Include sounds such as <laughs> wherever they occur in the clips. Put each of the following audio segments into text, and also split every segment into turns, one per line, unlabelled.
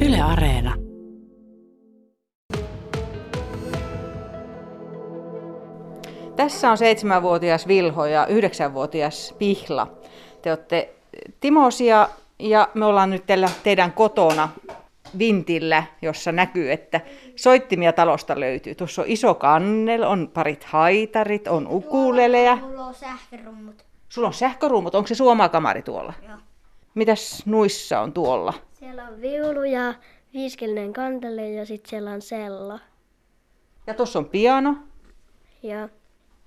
Yle Areena.
Tässä on seitsemänvuotias Vilho ja yhdeksänvuotias Pihla. Te olette Timosia ja me ollaan nyt teillä, teidän kotona vintillä, jossa näkyy, että soittimia talosta löytyy. Tuossa on iso kannel, on parit haitarit, on ukuleleja.
Mulla on sähkörummut.
Sulla on sähköruumut, onko se suomakamari tuolla?
Joo.
Mitäs nuissa on tuolla?
Siellä on viulu ja viiskelinen kantele ja sitten siellä on sello.
Ja tuossa on piano.
Ja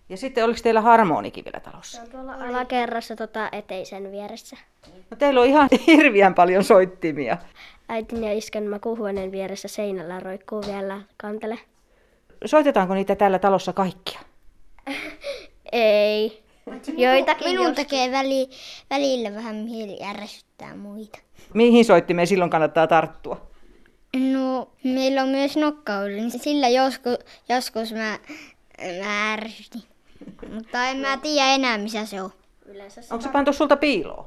Ja sitten oliko teillä harmonikin vielä talossa?
on tuolla alakerrassa tota eteisen vieressä.
No teillä on ihan <laughs> hirveän paljon soittimia.
Äitin ja iskän makuuhuoneen vieressä seinällä roikkuu vielä kantele.
Soitetaanko niitä täällä talossa kaikkia?
Ei. Joitakin
Minun
jos-
tekee väli, välillä vähän mieli ärsyttää muita.
Mihin soittimeen silloin kannattaa tarttua?
No, meillä on myös nokkaulu, niin sillä joskus, joskus mä, mä ärsytin. Mutta en mä tiedä enää, missä se on.
Yleensä se,
Onko se pantu sulta piiloon?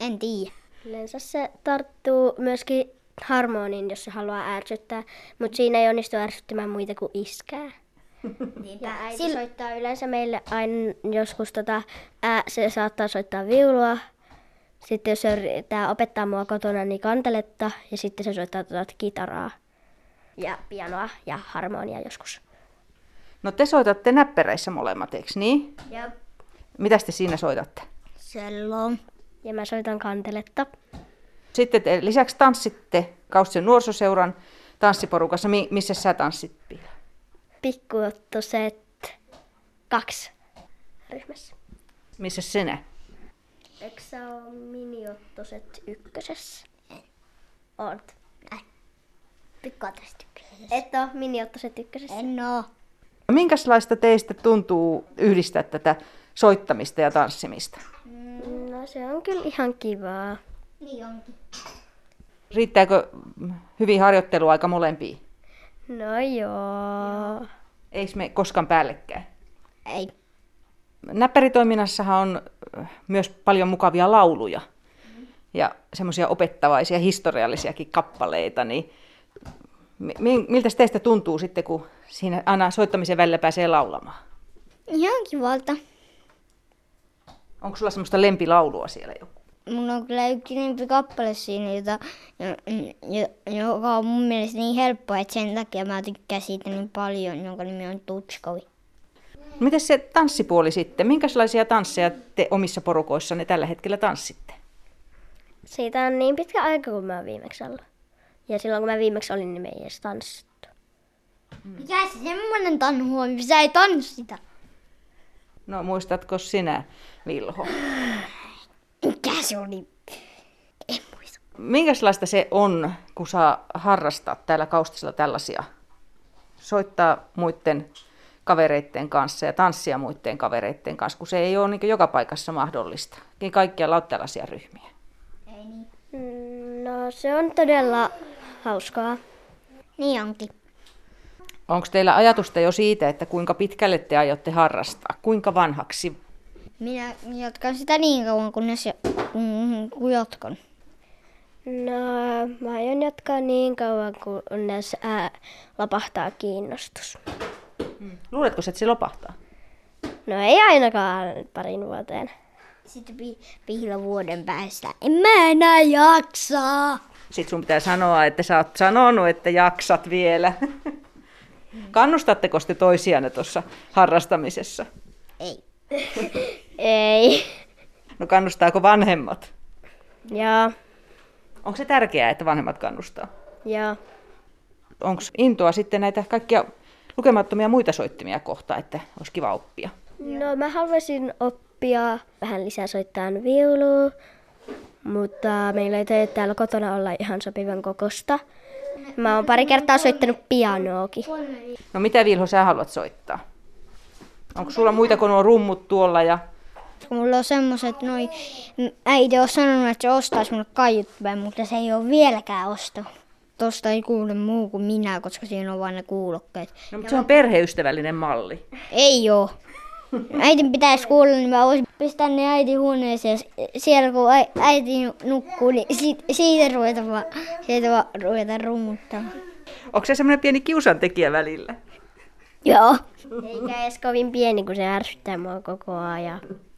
En tiedä.
yleensä se tarttuu myöskin harmoniin, jos se haluaa ärsyttää, mutta siinä ei onnistu ärsyttämään muita kuin iskää. Ja äiti Sil... soittaa yleensä meille aina joskus, tota, ää, se saattaa soittaa viulua. Sitten jos se yrittää opettaa mua kotona, niin kanteletta. Ja sitten se soittaa tota kitaraa ja pianoa ja harmonia joskus.
No te soitatte näppäreissä molemmat, eikö niin?
Ja,
Mitäs te siinä soitatte?
Sello.
ja mä soitan kanteletta.
Sitten te lisäksi tanssitte Kaustisen nuorisoseuran tanssiporukassa. Mi- missä sä tanssit, Pihla?
Pikkuottoset kaksi ryhmässä.
Missä sinä?
Eikö sä ole miniottoset ykkösessä? En. Oot.
Pikkoa tästä kyllä.
Et oo miniottoset ykkösessä.
En oo.
Minkälaista teistä tuntuu yhdistää tätä soittamista ja tanssimista?
No se on kyllä ihan kivaa.
Niin onkin.
Riittääkö mm, hyvin harjoitteluaika molempiin?
No joo.
Ei me koskaan päällekkäin.
Ei.
Näppäritoiminnassahan on äh, myös paljon mukavia lauluja ja semmoisia opettavaisia historiallisiakin kappaleita, niin mi- mi- miltä teistä tuntuu sitten, kun siinä aina soittamisen välillä pääsee laulamaan?
Ihan kivalta.
Onko sulla semmoista lempilaulua siellä joku?
Mulla on kyllä yksi lempikappale siinä, jota, jo- jo- joka on mun mielestä niin helppo, että sen takia mä tykkään siitä niin paljon, jonka nimi on Tutskovi.
Miten se tanssipuoli sitten? Minkälaisia tansseja te omissa porukoissanne tällä hetkellä tanssitte?
Siitä on niin pitkä aika, kun mä oon viimeksi ollut. Ja silloin, kun mä viimeksi olin, niin me ei edes tanssittu.
Mikä se semmonen tanhu on, missä ei tanssita?
No muistatko sinä, Vilho?
Mikä se oli?
Minkälaista se on, kun saa harrastaa täällä kaustisella tällaisia? Soittaa muiden kavereiden kanssa ja tanssia muiden kavereiden kanssa, kun se ei ole niin joka paikassa mahdollista. Niin kaikkialla on tällaisia ryhmiä.
Mm, No se on todella hauskaa.
Niin onkin.
Onko teillä ajatusta jo siitä, että kuinka pitkälle te aiotte harrastaa? Kuinka vanhaksi?
Minä jatkan sitä niin kauan, kunnes jo- kun- kun jatkan.
No mä aion jatkaa niin kauan, kunnes ää, lapahtaa kiinnostus.
Luuletko, että se lopahtaa?
No ei ainakaan parin vuoteen.
Sitten pi- pihla vuoden päästä. En mä enää jaksaa.
Sitten sun pitää sanoa, että sä oot sanonut, että jaksat vielä. <laughs> Kannustatteko te toisianne tuossa harrastamisessa?
Ei.
Ei. <laughs>
No kannustaako vanhemmat?
Joo.
Onko se tärkeää, että vanhemmat kannustaa?
Joo.
Onko intoa sitten näitä kaikkia lukemattomia muita soittimia kohtaan, että olisi kiva oppia?
No mä haluaisin oppia vähän lisää soittaa viulua, mutta meillä ei taida täällä kotona olla ihan sopivan kokosta. Mä oon pari kertaa soittanut pianoakin.
No mitä Vilho sä haluat soittaa? Onko sulla muita kuin nuo rummut tuolla ja
Mulla on semmoset noi, m- äiti on sanonut, että se ostaisi mulle kaiuttimen, mutta se ei ole vieläkään ostanut. Tosta ei kuule muu kuin minä, koska siinä on vain ne kuulokkeet.
No, mutta se on perheystävällinen malli.
Ei oo. Äitin pitäisi kuulla, niin mä voisin pistää ne äitin huoneeseen. S- Siellä kun äi- äiti nu- nukkuu, niin siitä, siitä ruveta vaan, siitä vaan ruveta rummuttamaan.
Onko se semmoinen pieni kiusantekijä välillä?
Joo.
Eikä edes kovin pieni, kun se ärsyttää mua koko ajan.